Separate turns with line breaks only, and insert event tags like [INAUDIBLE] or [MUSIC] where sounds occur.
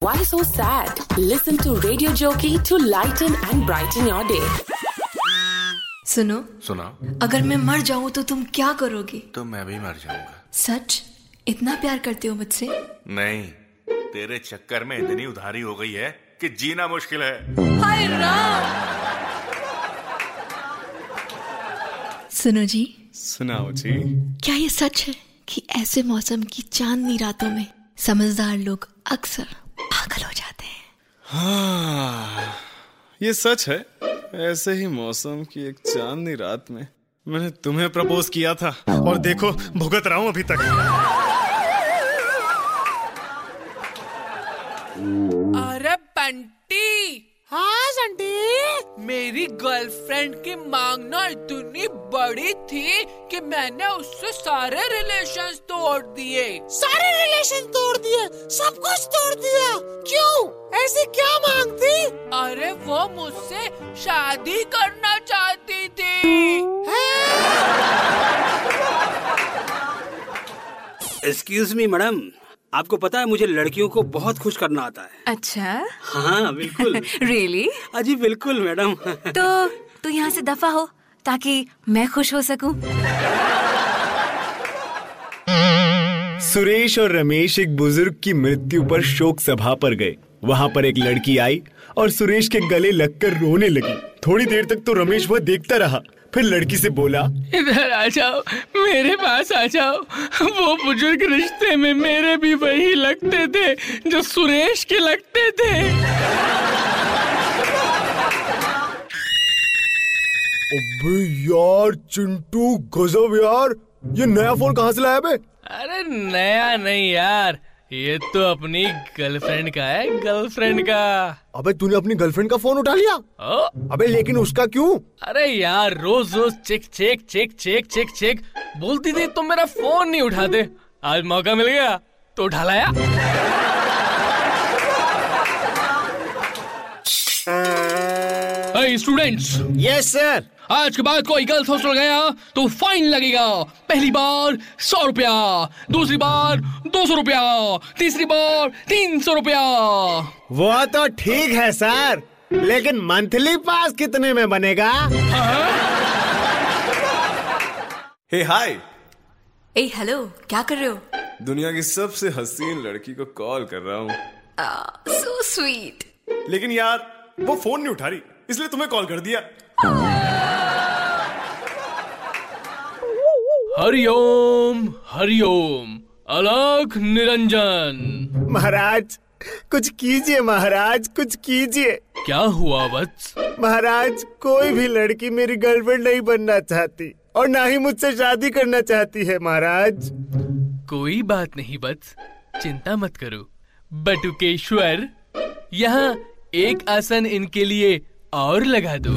Why so sad? Listen to Radio Jockey to lighten and brighten your day.
सुनो
सुना
अगर मैं मर जाऊं तो तुम क्या करोगे
तो मैं भी मर जाऊंगा
सच इतना प्यार करते हो मुझसे
नहीं तेरे चक्कर में इतनी उधारी हो गई है कि जीना मुश्किल है
हाय राम सुनो जी
सुनाओ जी
क्या ये सच है कि ऐसे मौसम की चांदनी रातों में समझदार लोग अक्सर पागल हो जाते हैं
हाँ, ये सच है ऐसे ही मौसम की एक चांदनी रात में मैंने तुम्हें प्रपोज किया था और देखो भुगत रहा हूं अभी तक
अरे बंटी हाँ संटी मेरी गर्लफ्रेंड की मांगना इतनी बड़ी थी कि मैंने उससे सारे रिलेशंस तोड़ दिए
सारे रिलेशन तोड़ दिए सब कुछ तोड़ दिया क्यों ऐसी क्या मांग थी
अरे वो मुझसे शादी करना चाहती थी
एक्सक्यूज मी मैडम आपको पता है मुझे लड़कियों को बहुत खुश करना आता है
अच्छा
हाँ [LAUGHS] बिल्कुल
रियली
अजी बिल्कुल मैडम
तो तू यहाँ से दफा हो ताकि मैं खुश हो सकूं
सुरेश और रमेश एक बुजुर्ग की मृत्यु पर शोक सभा पर गए वहाँ पर एक लड़की आई और सुरेश के गले लगकर रोने लगी थोड़ी देर तक तो रमेश वह देखता रहा फिर लड़की से बोला
इधर आ जाओ मेरे पास आ जाओ वो बुजुर्ग रिश्ते में मेरे भी वही लगते थे जो सुरेश के लगते थे
अबे यार चिंटू गजब यार ये नया फोन कहाँ से लाया बे
अरे नया नहीं यार ये तो अपनी गर्लफ्रेंड का है गर्लफ्रेंड का
अबे तूने अपनी गर्लफ्रेंड का फोन उठा लिया
ओ
अबे लेकिन उसका क्यों
अरे यार रोज रोज check check check check check check बोलती थी तुम मेरा फोन नहीं उठाते आज मौका मिल गया तो उठा लाया स्टूडेंट्स
यस सर
आज के बाद कोई गलत हौसला गया तो फाइन लगेगा पहली बार सौ रुपया दूसरी बार दो सौ रुपया तीसरी बार तीन सौ रुपया
वो तो ठीक है सर लेकिन मंथली पास कितने में बनेगा
हे हाय
ए हेलो क्या कर रहे हो
दुनिया की सबसे हसीन लड़की को कॉल कर रहा हूँ
सो स्वीट
लेकिन यार वो फोन नहीं उठा रही इसलिए तुम्हें कॉल कर दिया
हरिओम हरिओम अलख निरंजन
महाराज कुछ कीजिए महाराज कुछ कीजिए
क्या हुआ वत्स
महाराज कोई भी लड़की मेरी गर्लफ्रेंड नहीं बनना चाहती और ना ही मुझसे शादी करना चाहती है महाराज
कोई बात नहीं वत्स चिंता मत करो बटुकेश्वर यहाँ एक आसन इनके लिए और लगा दो